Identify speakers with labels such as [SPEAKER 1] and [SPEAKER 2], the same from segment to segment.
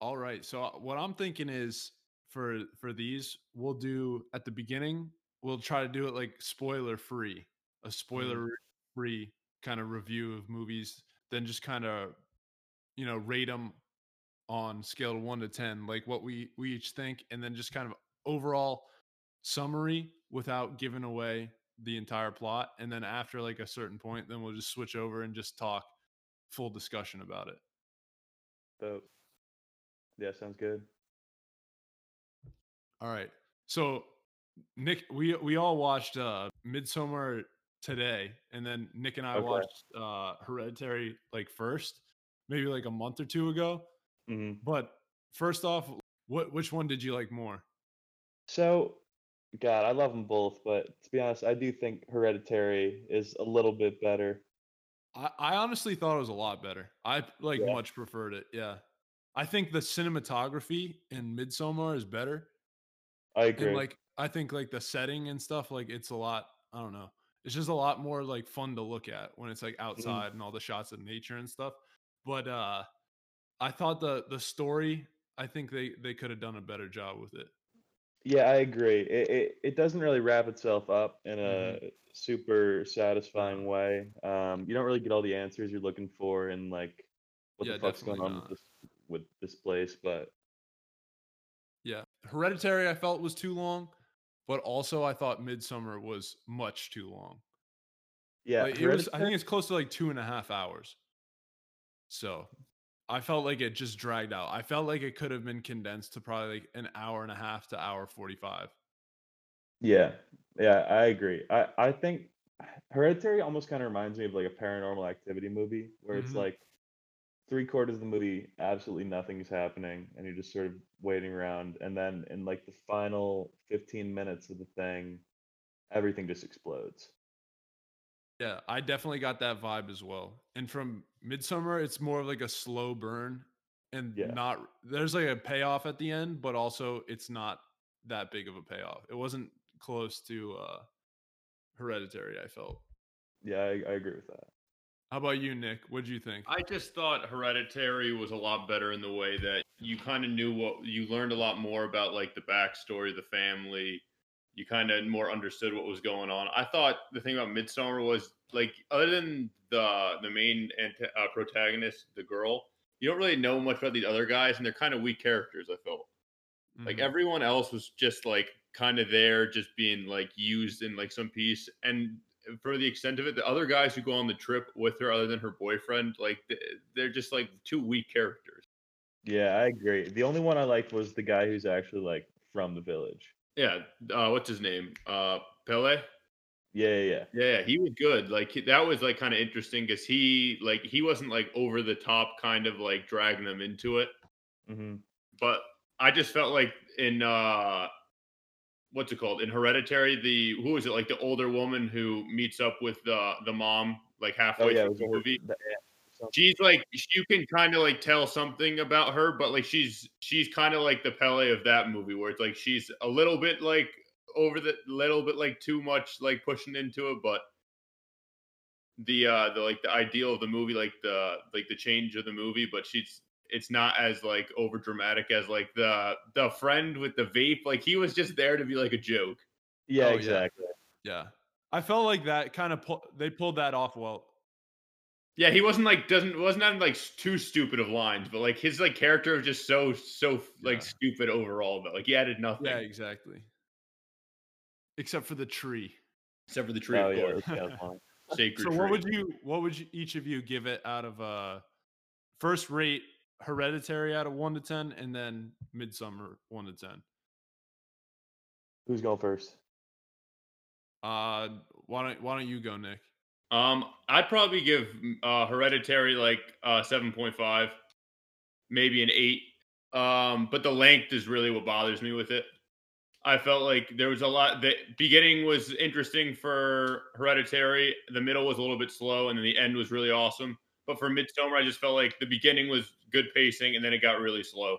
[SPEAKER 1] All right. So uh, what I'm thinking is for for these, we'll do at the beginning. We'll try to do it like spoiler free, a spoiler free kind of review of movies. Then just kind of, you know, rate them on scale of one to ten, like what we we each think, and then just kind of overall summary without giving away the entire plot. And then after like a certain point, then we'll just switch over and just talk full discussion about it.
[SPEAKER 2] Dope. Yeah, sounds good.
[SPEAKER 1] All right. So Nick, we we all watched uh Midsummer today, and then Nick and I
[SPEAKER 2] Okay.
[SPEAKER 1] watched uh Hereditary like first, maybe like a month or two ago.
[SPEAKER 2] hmm
[SPEAKER 1] But first off, what which one did you like more?
[SPEAKER 2] So, God, I love them both, but to be honest, I do think Hereditary is a little bit better.
[SPEAKER 1] I, I honestly thought it was a lot better. I like
[SPEAKER 2] Yeah.
[SPEAKER 1] much preferred it. Yeah. I think the cinematography in Midsummer is better.
[SPEAKER 2] I agree.
[SPEAKER 1] and like I think like the setting and stuff, like it's a lot. I don't know. It's just a lot more like fun to look at when it's like
[SPEAKER 2] Mm-hmm.
[SPEAKER 1] outside and all the shots of nature and stuff. But uh I thought the the story, I think they they could have done a better job with it.
[SPEAKER 2] yeah, I agree. It, it it doesn't really wrap itself up in a
[SPEAKER 1] Mhm.
[SPEAKER 2] super satisfying way. Um, you don't really get all the answers you're looking for, and like what
[SPEAKER 1] Yeah,
[SPEAKER 2] the fuck's going
[SPEAKER 1] definitely
[SPEAKER 2] on
[SPEAKER 1] not.
[SPEAKER 2] with this, with this place. But
[SPEAKER 1] Yeah. Hereditary I felt was too long, but also I thought Midsummer was much too long.
[SPEAKER 2] yeah,
[SPEAKER 1] Like, it was I
[SPEAKER 2] Hereditary-
[SPEAKER 1] think it's close to like two and a half hours. So I felt like it just dragged out. I felt like it could have been condensed to probably like an hour and a half to hour forty five.
[SPEAKER 2] Yeah, yeah, I agree. I I think Hereditary almost kind of reminds me of like a Paranormal Activity movie where it's
[SPEAKER 1] Mhm.
[SPEAKER 2] like three quarters of the movie absolutely nothing's happening and you're just sort of waiting around and then in like the final 15 minutes of the thing everything just explodes.
[SPEAKER 1] Yeah, I definitely got that vibe as well. And from Midsummer, it's more of like a slow burn and
[SPEAKER 2] Yeah.
[SPEAKER 1] not there's like a payoff at the end, but also it's not that big of a payoff. It wasn't close to uh hereditary, I felt.
[SPEAKER 2] Yeah, I, I agree with that.
[SPEAKER 1] How about you, Nick? What'd you think?
[SPEAKER 3] I just thought Hereditary was a lot better in the way that you kind of knew what you learned a lot more about like the backstory of the family. You kind of more understood what was going on. I thought the thing about Midsummer was like other than the the main anta uh, protagonist, the girl, you don't really know much about these other guys, and they're kind of weak characters. I felt like
[SPEAKER 1] Mhm.
[SPEAKER 3] everyone else was just like kind of there just being like used in like some piece and for the extent of it the other guys who go on the trip with her other than her boyfriend like th- they're just like two weak characters
[SPEAKER 2] Yeah, I agree. The only one I liked was the guy who's actually like from the village.
[SPEAKER 3] yeah uh, what's his name uh pele
[SPEAKER 2] Yeah, yeah, yeah.
[SPEAKER 3] yeah he was good like he- that was like kind of interesting because he like he wasn't like over the top kind of like dragging them into it
[SPEAKER 2] hmm
[SPEAKER 3] but I just felt like in uh what's it called in Hereditary the who is it like the older woman who meets up with the the mom like halfway
[SPEAKER 2] Oh yeah, it
[SPEAKER 3] through
[SPEAKER 2] was
[SPEAKER 3] the
[SPEAKER 2] always-
[SPEAKER 3] movie.
[SPEAKER 2] that- yeah, so-
[SPEAKER 3] She's like you can kind of like tell something about her, but like she's she's kind of like the Pele of that movie where it's like she's a little bit like over the little bit like too much like pushing into it, but the uh the like the ideal of the movie like the like the change of the movie but she's it's not as like over dramatic as like the the friend with the vape like he was just there to be like a joke
[SPEAKER 2] yeah,
[SPEAKER 1] Oh, yeah.
[SPEAKER 2] exactly.
[SPEAKER 1] yeah. I felt like that kind of pu- they pulled that off well.
[SPEAKER 3] yeah he wasn't like doesn't wasn't having like s- too stupid of lines but like his like character was just so so
[SPEAKER 1] Yeah.
[SPEAKER 3] like stupid overall but like he added nothing
[SPEAKER 1] Yeah, exactly. Except for the tree.
[SPEAKER 3] except for the tree
[SPEAKER 2] Oh
[SPEAKER 3] of
[SPEAKER 2] yeah,
[SPEAKER 3] course
[SPEAKER 2] it was kind of fun.
[SPEAKER 3] sacred
[SPEAKER 1] So
[SPEAKER 3] tree.
[SPEAKER 1] what would you what would you, each of you give it out of uh first rate hereditary out of 1 to 10 and then midsummer 1 to 10.
[SPEAKER 2] Who's going first?
[SPEAKER 1] Uh why don't why don't you go Nick?
[SPEAKER 3] Um, I'd probably give uh, Hereditary like uh, seven point five, maybe an eight. Um, but the length is really what bothers me with it. I felt like there was a lot. The beginning was interesting for Hereditary. The middle was a little bit slow, and then the end was really awesome. But for Midsummer, I just felt like the beginning was good pacing, and then it got really slow.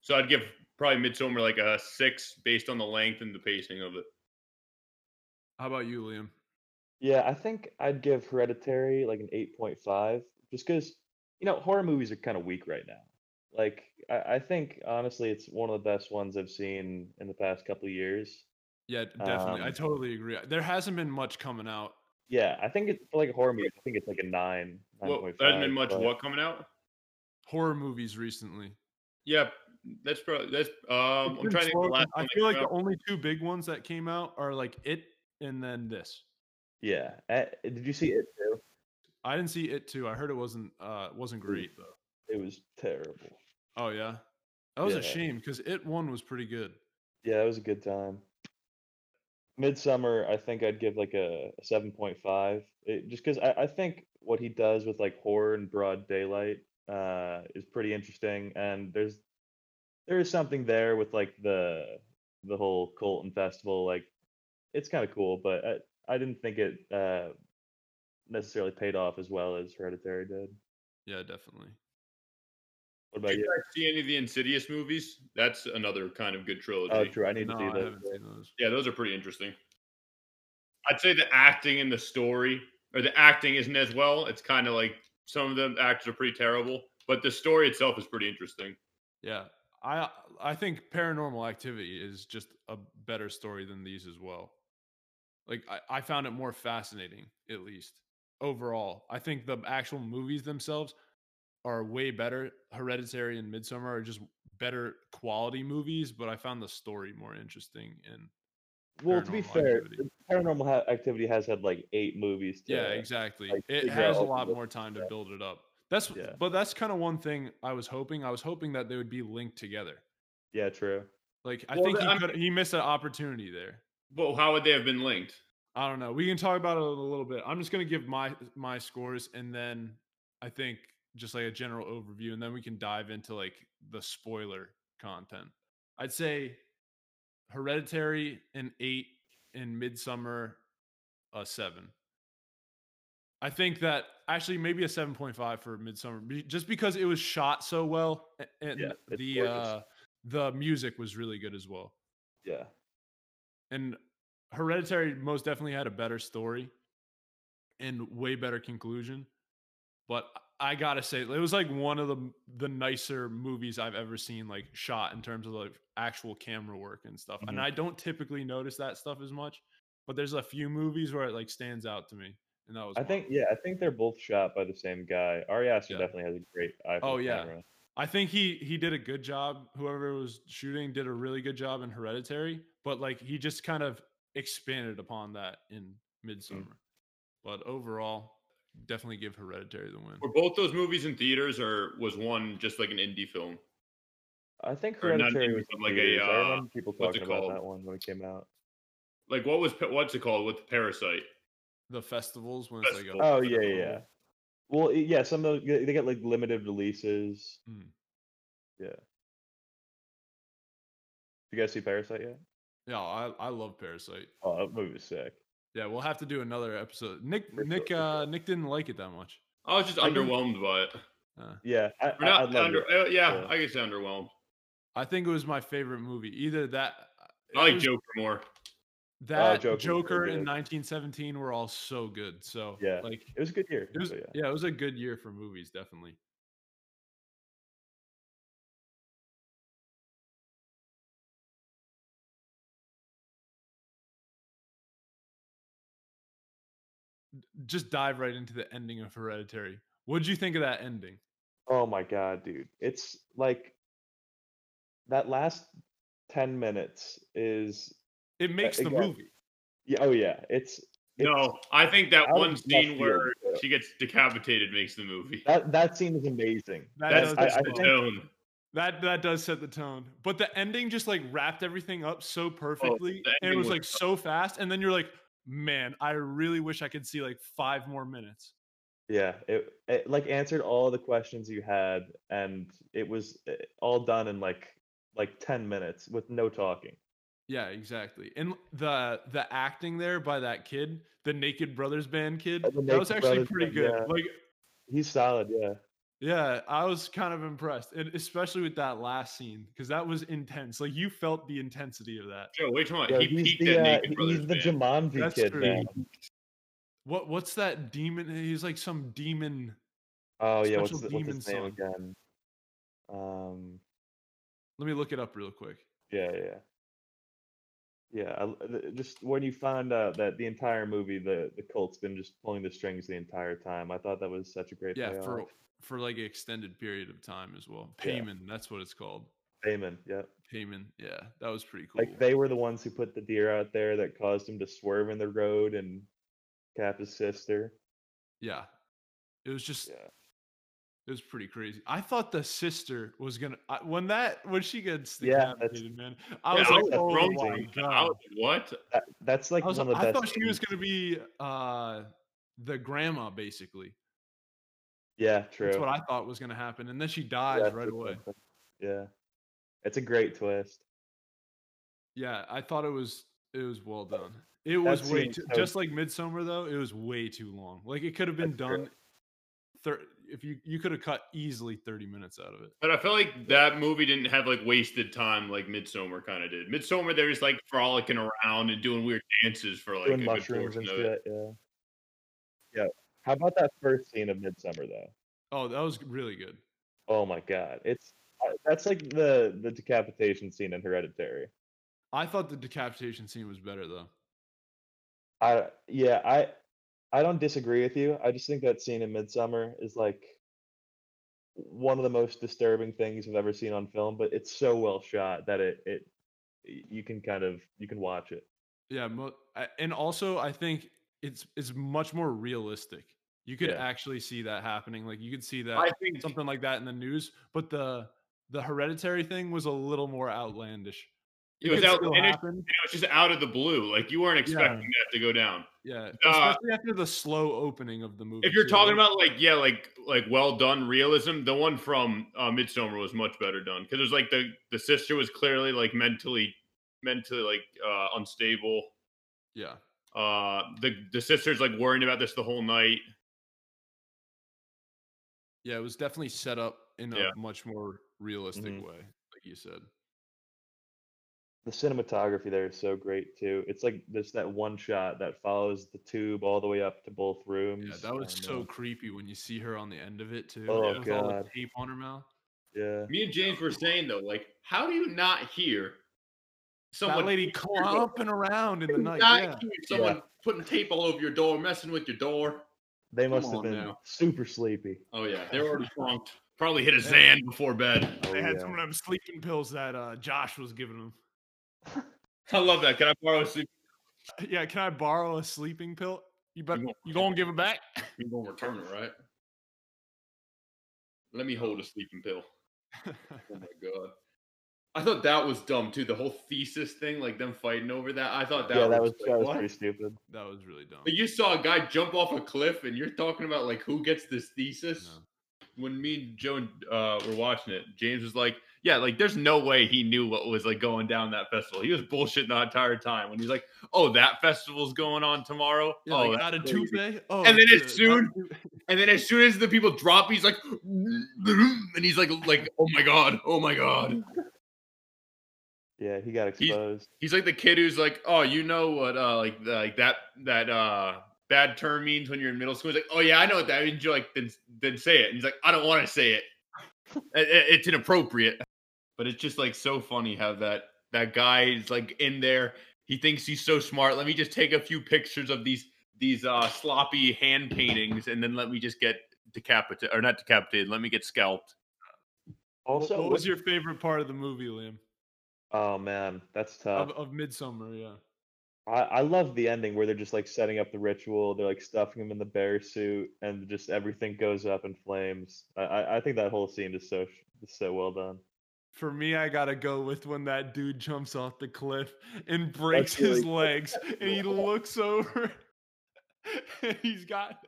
[SPEAKER 3] So I'd give probably Midsummer like a six based on the length and the pacing of it.
[SPEAKER 1] How about you Liam?
[SPEAKER 2] Yeah, I think I'd give Hereditary like an 8.5 just because you know, horror movies are kind of weak right now. Like, I, I think honestly, it's one of the best ones I've seen in the past couple of years.
[SPEAKER 1] Yeah, definitely. I
[SPEAKER 2] Um,
[SPEAKER 1] totally agree. There hasn't been much coming out.
[SPEAKER 2] Yeah, I think it's like a horror movie. I think it's like a nine.
[SPEAKER 3] Well,
[SPEAKER 2] 9.5,
[SPEAKER 3] there hasn't been much
[SPEAKER 2] but-
[SPEAKER 3] what coming out.
[SPEAKER 1] Horror movies recently.
[SPEAKER 3] Yeah, that's probably that's. Um,
[SPEAKER 1] It's
[SPEAKER 3] I'm
[SPEAKER 1] been
[SPEAKER 3] trying to. Think
[SPEAKER 1] slow
[SPEAKER 3] the last
[SPEAKER 1] com- I
[SPEAKER 3] one that
[SPEAKER 1] feel like
[SPEAKER 3] came
[SPEAKER 1] the
[SPEAKER 3] out.
[SPEAKER 1] only two big ones that came out are like it and then this.
[SPEAKER 2] Yeah. Uh, did you see it too?
[SPEAKER 1] I didn't see it too. I heard it wasn't uh
[SPEAKER 3] Hmm.
[SPEAKER 1] wasn't great though.
[SPEAKER 2] It was terrible.
[SPEAKER 1] Oh yeah, that was
[SPEAKER 2] Yeah.
[SPEAKER 1] a shame because it one was pretty good.
[SPEAKER 2] Yeah, it was a good time. Midsummer, I think I'd give like a seven point five, just because I, I think what he does with like horror and broad daylight uh, is pretty interesting, and there's there is something there with like the the whole cult and festival, like it's kind of cool, but I, I didn't think it uh, necessarily paid off as well as Hereditary did.
[SPEAKER 1] Yeah, definitely.
[SPEAKER 2] What
[SPEAKER 3] Did
[SPEAKER 2] about
[SPEAKER 3] you
[SPEAKER 2] you?
[SPEAKER 3] guys see any of the Insidious movies? That's another kind of good trilogy.
[SPEAKER 2] Oh, true. I need
[SPEAKER 1] No,
[SPEAKER 2] to
[SPEAKER 1] I
[SPEAKER 2] see that.
[SPEAKER 1] haven't seen those.
[SPEAKER 3] Yeah, those are pretty interesting. I'd say the acting and the story, or the acting isn't as well. It's kind of like some of the actors are pretty terrible, but the story itself is pretty interesting.
[SPEAKER 1] Yeah, I I think Paranormal Activity is just a better story than these as well. Like I, I found it more fascinating, at least overall. I think the actual movies themselves are way better. Hereditary and Midsummer are just better quality movies, but I found the story more interesting. And
[SPEAKER 2] Well, to be
[SPEAKER 1] Paranormal
[SPEAKER 2] fair,
[SPEAKER 1] Activity.
[SPEAKER 2] Paranormal ha- Activity has had like eight movies. To,
[SPEAKER 1] yeah, exactly.
[SPEAKER 2] like,
[SPEAKER 1] it
[SPEAKER 2] figure
[SPEAKER 1] has a
[SPEAKER 2] out
[SPEAKER 1] lot
[SPEAKER 2] what-
[SPEAKER 1] more time to
[SPEAKER 2] yeah.
[SPEAKER 1] build it up. That's
[SPEAKER 2] Yeah.
[SPEAKER 1] but that's kind of one thing I was hoping. I was hoping that they would be linked together.
[SPEAKER 2] Yeah, true.
[SPEAKER 1] Like I
[SPEAKER 3] Well,
[SPEAKER 1] think
[SPEAKER 3] the-
[SPEAKER 1] he
[SPEAKER 3] I'm-
[SPEAKER 1] could, he missed an opportunity there.
[SPEAKER 3] But how would they have been linked?
[SPEAKER 1] I don't know. We can talk about it a little bit. I'm just gonna give my my scores and then I think just like a general overview, and then we can dive into like the spoiler content. I'd say Hereditary an eight and Midsummer a seven. I think that actually maybe a seven point five for Midsummer, be- just because it was shot so well a- and
[SPEAKER 2] Yeah, it's
[SPEAKER 1] the
[SPEAKER 2] gorgeous.
[SPEAKER 1] uh, the music was really good as well
[SPEAKER 2] Yeah.
[SPEAKER 1] and hereditary most definitely had a better story and way better conclusion but i gotta say it was like one of the the nicer movies i've ever seen like shot in terms of like actual camera work and stuff and
[SPEAKER 2] Mhm.
[SPEAKER 1] i don't typically notice that stuff as much but there's a few movies where it like stands out to me and that was
[SPEAKER 2] I
[SPEAKER 1] one.
[SPEAKER 2] think yeah, I think they're both shot by the same guy. Ari Aster
[SPEAKER 1] Yeah.
[SPEAKER 2] definitely has a great eye. for
[SPEAKER 1] Oh,
[SPEAKER 2] the
[SPEAKER 1] yeah.
[SPEAKER 2] camera.
[SPEAKER 1] I think he he did a good job. Whoever was shooting did a really good job in Hereditary, but like he just kind of expanded upon that in
[SPEAKER 2] Mm.
[SPEAKER 1] Midsummer. But overall, definitely give Hereditary the win.
[SPEAKER 3] Were both those movies in theaters, or was one just like an indie film?
[SPEAKER 2] I think
[SPEAKER 3] Or not
[SPEAKER 2] Hereditary
[SPEAKER 3] even
[SPEAKER 2] was in
[SPEAKER 3] like a,
[SPEAKER 2] theaters. I
[SPEAKER 3] uh,
[SPEAKER 2] remember people
[SPEAKER 3] what's it
[SPEAKER 2] talking about
[SPEAKER 3] called?
[SPEAKER 2] that one when it came out.
[SPEAKER 3] Like what was Pa- what's it called with the parasite?
[SPEAKER 1] The festivals when it's like a
[SPEAKER 3] Festival.
[SPEAKER 2] Oh yeah, yeah. yeah.
[SPEAKER 1] festival.
[SPEAKER 2] Well, i- yeah, some of the, they get like limited releases.
[SPEAKER 3] Hmm.
[SPEAKER 1] Mm.
[SPEAKER 2] Yeah. You guys see Parasite yet?
[SPEAKER 1] Yeah, I, I love Parasite.
[SPEAKER 2] Oh, that movie was sick.
[SPEAKER 1] Yeah, we'll have to do another episode. Nick
[SPEAKER 2] For sure,
[SPEAKER 1] Nick
[SPEAKER 2] for sure.
[SPEAKER 1] uh Nick didn't like it that much.
[SPEAKER 3] I was just
[SPEAKER 2] I didn't-
[SPEAKER 3] underwhelmed by it.
[SPEAKER 1] Uh,
[SPEAKER 2] Yeah, I,
[SPEAKER 3] Or
[SPEAKER 2] I, I
[SPEAKER 3] not
[SPEAKER 2] loved
[SPEAKER 3] under,
[SPEAKER 2] it.
[SPEAKER 3] uh, yeah,
[SPEAKER 2] Yeah.
[SPEAKER 3] I guess underwhelmed.
[SPEAKER 1] I think it was my favorite movie. Either that it
[SPEAKER 3] I like
[SPEAKER 1] was-
[SPEAKER 3] Joker more.
[SPEAKER 1] that
[SPEAKER 2] Oh, Joker
[SPEAKER 1] Joker,
[SPEAKER 2] was really
[SPEAKER 1] and
[SPEAKER 2] good.
[SPEAKER 1] 1917 were all so good. So
[SPEAKER 2] Yeah.
[SPEAKER 1] like
[SPEAKER 2] It was a good year.
[SPEAKER 1] It was,
[SPEAKER 2] so,
[SPEAKER 1] yeah.
[SPEAKER 2] yeah.
[SPEAKER 1] it was a good year for movies, definitely. D- Just dive right into the ending of Hereditary. What did you think of that ending?
[SPEAKER 2] Oh my god, dude. It's like that last 10 minutes is
[SPEAKER 1] It makes the
[SPEAKER 2] again,
[SPEAKER 1] movie.
[SPEAKER 2] yeah, oh yeah, it's, it's
[SPEAKER 3] No, I think that
[SPEAKER 2] out of
[SPEAKER 3] one
[SPEAKER 2] left
[SPEAKER 3] scene
[SPEAKER 2] field,
[SPEAKER 3] where
[SPEAKER 2] yeah.
[SPEAKER 3] she gets decapitated makes the movie.
[SPEAKER 2] that that scene is amazing.
[SPEAKER 1] That
[SPEAKER 3] That's
[SPEAKER 1] does,
[SPEAKER 2] I- I
[SPEAKER 3] the
[SPEAKER 1] set-
[SPEAKER 2] think-
[SPEAKER 3] tone.
[SPEAKER 1] that that does set the tone. But the ending just like wrapped everything up so perfectly, and it
[SPEAKER 3] ending
[SPEAKER 1] was
[SPEAKER 3] was
[SPEAKER 1] like so fast. And then you're like, man, I really wish I could see like five more minutes.
[SPEAKER 2] Yeah, it, it like answered all the questions you had and it was eh, all done in like like 10 minutes with no talking.
[SPEAKER 1] Yeah, exactly. And the the acting there by that kid, the Naked Brothers Band kid,
[SPEAKER 2] Uh, the
[SPEAKER 1] that was
[SPEAKER 2] Naked
[SPEAKER 1] actually
[SPEAKER 2] Brothers
[SPEAKER 1] pretty
[SPEAKER 2] Band,
[SPEAKER 1] good.
[SPEAKER 2] yeah.
[SPEAKER 1] Like,
[SPEAKER 2] He's solid, yeah.
[SPEAKER 1] yeah, I was kind of impressed, and especially with that last scene because that was intense. Like, you felt the intensity of that.
[SPEAKER 3] Joe, wait, hold on.
[SPEAKER 2] Yo,
[SPEAKER 3] he
[SPEAKER 2] he's
[SPEAKER 3] peaked
[SPEAKER 2] the
[SPEAKER 3] at
[SPEAKER 2] uh,
[SPEAKER 3] Naked
[SPEAKER 2] he's
[SPEAKER 3] Brothers.
[SPEAKER 2] the
[SPEAKER 3] Band.
[SPEAKER 2] Jumanji
[SPEAKER 1] That's
[SPEAKER 2] kid
[SPEAKER 1] true.
[SPEAKER 2] man.
[SPEAKER 1] What what's that demon? He's like some demon
[SPEAKER 2] Oh yeah, what's,
[SPEAKER 1] Special
[SPEAKER 2] the, what's his name
[SPEAKER 1] Demon
[SPEAKER 2] again? Um,
[SPEAKER 1] Let me look it up real quick.
[SPEAKER 2] yeah, yeah, yeah. I l th just when you found out that the entire movie, the the cult's been just pulling the strings the entire time, I thought that was such a great
[SPEAKER 1] Yeah,
[SPEAKER 2] payoff.
[SPEAKER 1] for for like an extended period of time as well.
[SPEAKER 2] Yeah.
[SPEAKER 1] Payman, that's what it's called.
[SPEAKER 2] Damon, yeah.
[SPEAKER 1] Payman. Yeah, that was pretty cool.
[SPEAKER 2] Like they were the ones who put the deer out there that caused him to swerve in the road and cap his sister.
[SPEAKER 1] yeah. It was just
[SPEAKER 2] Yeah.
[SPEAKER 1] It was pretty crazy. I thought the sister was gonna I, when that when she gets
[SPEAKER 2] Yeah, that's-
[SPEAKER 1] decapitated, man. I
[SPEAKER 3] Yeah,
[SPEAKER 1] was
[SPEAKER 3] I
[SPEAKER 1] like,
[SPEAKER 3] was
[SPEAKER 1] oh
[SPEAKER 3] thrown
[SPEAKER 1] my
[SPEAKER 2] back.
[SPEAKER 3] I
[SPEAKER 1] god!
[SPEAKER 3] was like, what?
[SPEAKER 2] That, that's like
[SPEAKER 1] I, was,
[SPEAKER 2] one of the
[SPEAKER 1] I
[SPEAKER 2] best.
[SPEAKER 1] thought she was
[SPEAKER 2] scenes.
[SPEAKER 1] gonna be uh the grandma, basically.
[SPEAKER 2] Yeah, true.
[SPEAKER 1] That's what I thought was gonna happen, and then she dies
[SPEAKER 2] Yeah,
[SPEAKER 1] right
[SPEAKER 2] it's a
[SPEAKER 1] away.
[SPEAKER 2] twist. Yeah, it's a great twist.
[SPEAKER 1] Yeah, I thought it was it was well done. It
[SPEAKER 2] That
[SPEAKER 1] was way
[SPEAKER 2] scene-
[SPEAKER 1] too,
[SPEAKER 2] that was-
[SPEAKER 1] just like Midsummer though. It was way too long. Like it could have been
[SPEAKER 2] That's true.
[SPEAKER 1] done. Thir- if you you could have cut easily thirty minutes out of it.
[SPEAKER 3] But I feel like that movie didn't have like wasted time like Midsummer kind of did. Midsummer, they're just like frolicking around and doing weird dances for like
[SPEAKER 2] doing
[SPEAKER 3] a good
[SPEAKER 2] mushrooms
[SPEAKER 3] portion
[SPEAKER 2] and
[SPEAKER 3] of it.
[SPEAKER 2] shit. Yeah. Yeah. How about that first scene of Midsummer though?
[SPEAKER 1] Oh, that was really good.
[SPEAKER 2] Oh my god, it's I- that's like the the decapitation scene in Hereditary.
[SPEAKER 1] I thought the decapitation scene was better though.
[SPEAKER 2] I yeah, I I don't disagree with you. I just think that scene in Midsummer is like one of the most disturbing things I've ever seen on film, but it's so well shot that it it y- you can kind of you can watch it.
[SPEAKER 1] Yeah, mo- I- and also I think it's it's much more realistic. You could
[SPEAKER 2] Yeah.
[SPEAKER 1] actually see that happening. Like you could see that
[SPEAKER 3] I think
[SPEAKER 1] something like that in the news, but the the hereditary thing was a little more outlandish.
[SPEAKER 3] it was
[SPEAKER 1] could
[SPEAKER 3] out,
[SPEAKER 1] still
[SPEAKER 3] and it,
[SPEAKER 1] happen.
[SPEAKER 3] it was just out of the blue. Like you weren't expecting that to go down.
[SPEAKER 1] Yeah,
[SPEAKER 3] Uh,
[SPEAKER 1] especially after the slow opening of the movie.
[SPEAKER 3] If you're
[SPEAKER 1] too,
[SPEAKER 3] talking
[SPEAKER 1] like-
[SPEAKER 3] about like yeah, like like well done realism, the one from uh, Midsummer was much better done because there's like the the sister was clearly like mentally mentally like uh, unstable.
[SPEAKER 1] yeah,
[SPEAKER 3] Uh, the the sister's like worrying about this the whole night.
[SPEAKER 1] yeah, it was definitely set up in a
[SPEAKER 3] Yeah. Mm-hmm.
[SPEAKER 1] much more realistic
[SPEAKER 2] Mhm.
[SPEAKER 1] way, like you said.
[SPEAKER 2] the cinematography there is so great too. It's like there's that one shot that follows the tube all the way up to both rooms.
[SPEAKER 1] Yeah, that was
[SPEAKER 2] and,
[SPEAKER 1] so
[SPEAKER 2] uh,
[SPEAKER 1] creepy when you see her on the end of it too.
[SPEAKER 2] Oh,
[SPEAKER 1] with all the
[SPEAKER 2] God.
[SPEAKER 1] tape on her mouth.
[SPEAKER 2] yeah.
[SPEAKER 3] Me and James were saying though, like, how do you not hear someone?
[SPEAKER 1] that lady clomping around in the night.
[SPEAKER 3] not
[SPEAKER 1] Yeah.
[SPEAKER 3] hear someone putting tape all over your door, messing with your door.
[SPEAKER 2] They
[SPEAKER 1] Come
[SPEAKER 2] must
[SPEAKER 1] on
[SPEAKER 2] have been
[SPEAKER 1] now.
[SPEAKER 2] super sleepy.
[SPEAKER 3] Oh yeah, they were already funked. Probably hit a Xan before bed.
[SPEAKER 2] Oh,
[SPEAKER 1] They had
[SPEAKER 2] yeah.
[SPEAKER 1] some of them sleeping pills that uh, Josh was giving them.
[SPEAKER 3] I love that. Can I borrow a sleep?
[SPEAKER 1] Yeah, can I borrow a sleeping pill? You bet.
[SPEAKER 3] won't
[SPEAKER 1] You gonna give it back?
[SPEAKER 3] You gonna return it, right? Let me hold a sleeping pill. Oh my god. I thought that was dumb too. The whole thesis thing, like them fighting over that. I thought that,
[SPEAKER 2] yeah, that was
[SPEAKER 3] was, like,
[SPEAKER 2] that was
[SPEAKER 3] what?
[SPEAKER 2] pretty stupid.
[SPEAKER 1] that was really dumb.
[SPEAKER 3] But you saw a guy jump off a cliff, and you're talking about like who gets this thesis.
[SPEAKER 1] No.
[SPEAKER 3] When me and Joe uh, were watching it, James was like, "Yeah, like there's no way he knew what was like going down that festival. He was bullshitting the entire time." When he's like, "Oh, that festival's going on tomorrow."
[SPEAKER 1] Yeah,
[SPEAKER 3] oh,
[SPEAKER 1] like,
[SPEAKER 3] that-
[SPEAKER 1] out of Tuesday. Oh,
[SPEAKER 3] And then
[SPEAKER 1] it's,
[SPEAKER 3] as
[SPEAKER 1] uh, out of
[SPEAKER 3] soon- and then as soon as the people drop, he's like, and he's like, like, "Oh my god, oh my god."
[SPEAKER 2] Yeah, he got exposed.
[SPEAKER 3] He's like the kid who's like, "Oh, you know what? Uh, like, like that that uh bad term means when you're in middle school." He's like, "Oh yeah, I know what that means." You're like, "Then then say it." And he's like, "I don't want to say it. It- it- It's inappropriate." But it's just like so funny how that that guy is like in there. He thinks he's so smart. Let me just take a few pictures of these these uh sloppy hand paintings, and then let me just get decapitated or not decapitated. Let me get scalped.
[SPEAKER 2] Also,
[SPEAKER 1] What
[SPEAKER 2] what-
[SPEAKER 1] was your favorite part of the movie, Liam?
[SPEAKER 2] oh man, that's tough.
[SPEAKER 1] Of, of Midsummer, yeah.
[SPEAKER 2] I, I love the ending where they're just like setting up the ritual. They're like stuffing him in the bear suit, and just everything goes up in flames. I I, I think that whole scene is so sh- is so well done.
[SPEAKER 1] For me, I gotta go with when that dude jumps off the cliff and breaks
[SPEAKER 2] really
[SPEAKER 1] his
[SPEAKER 2] good.
[SPEAKER 1] legs, and he looks over, and he's got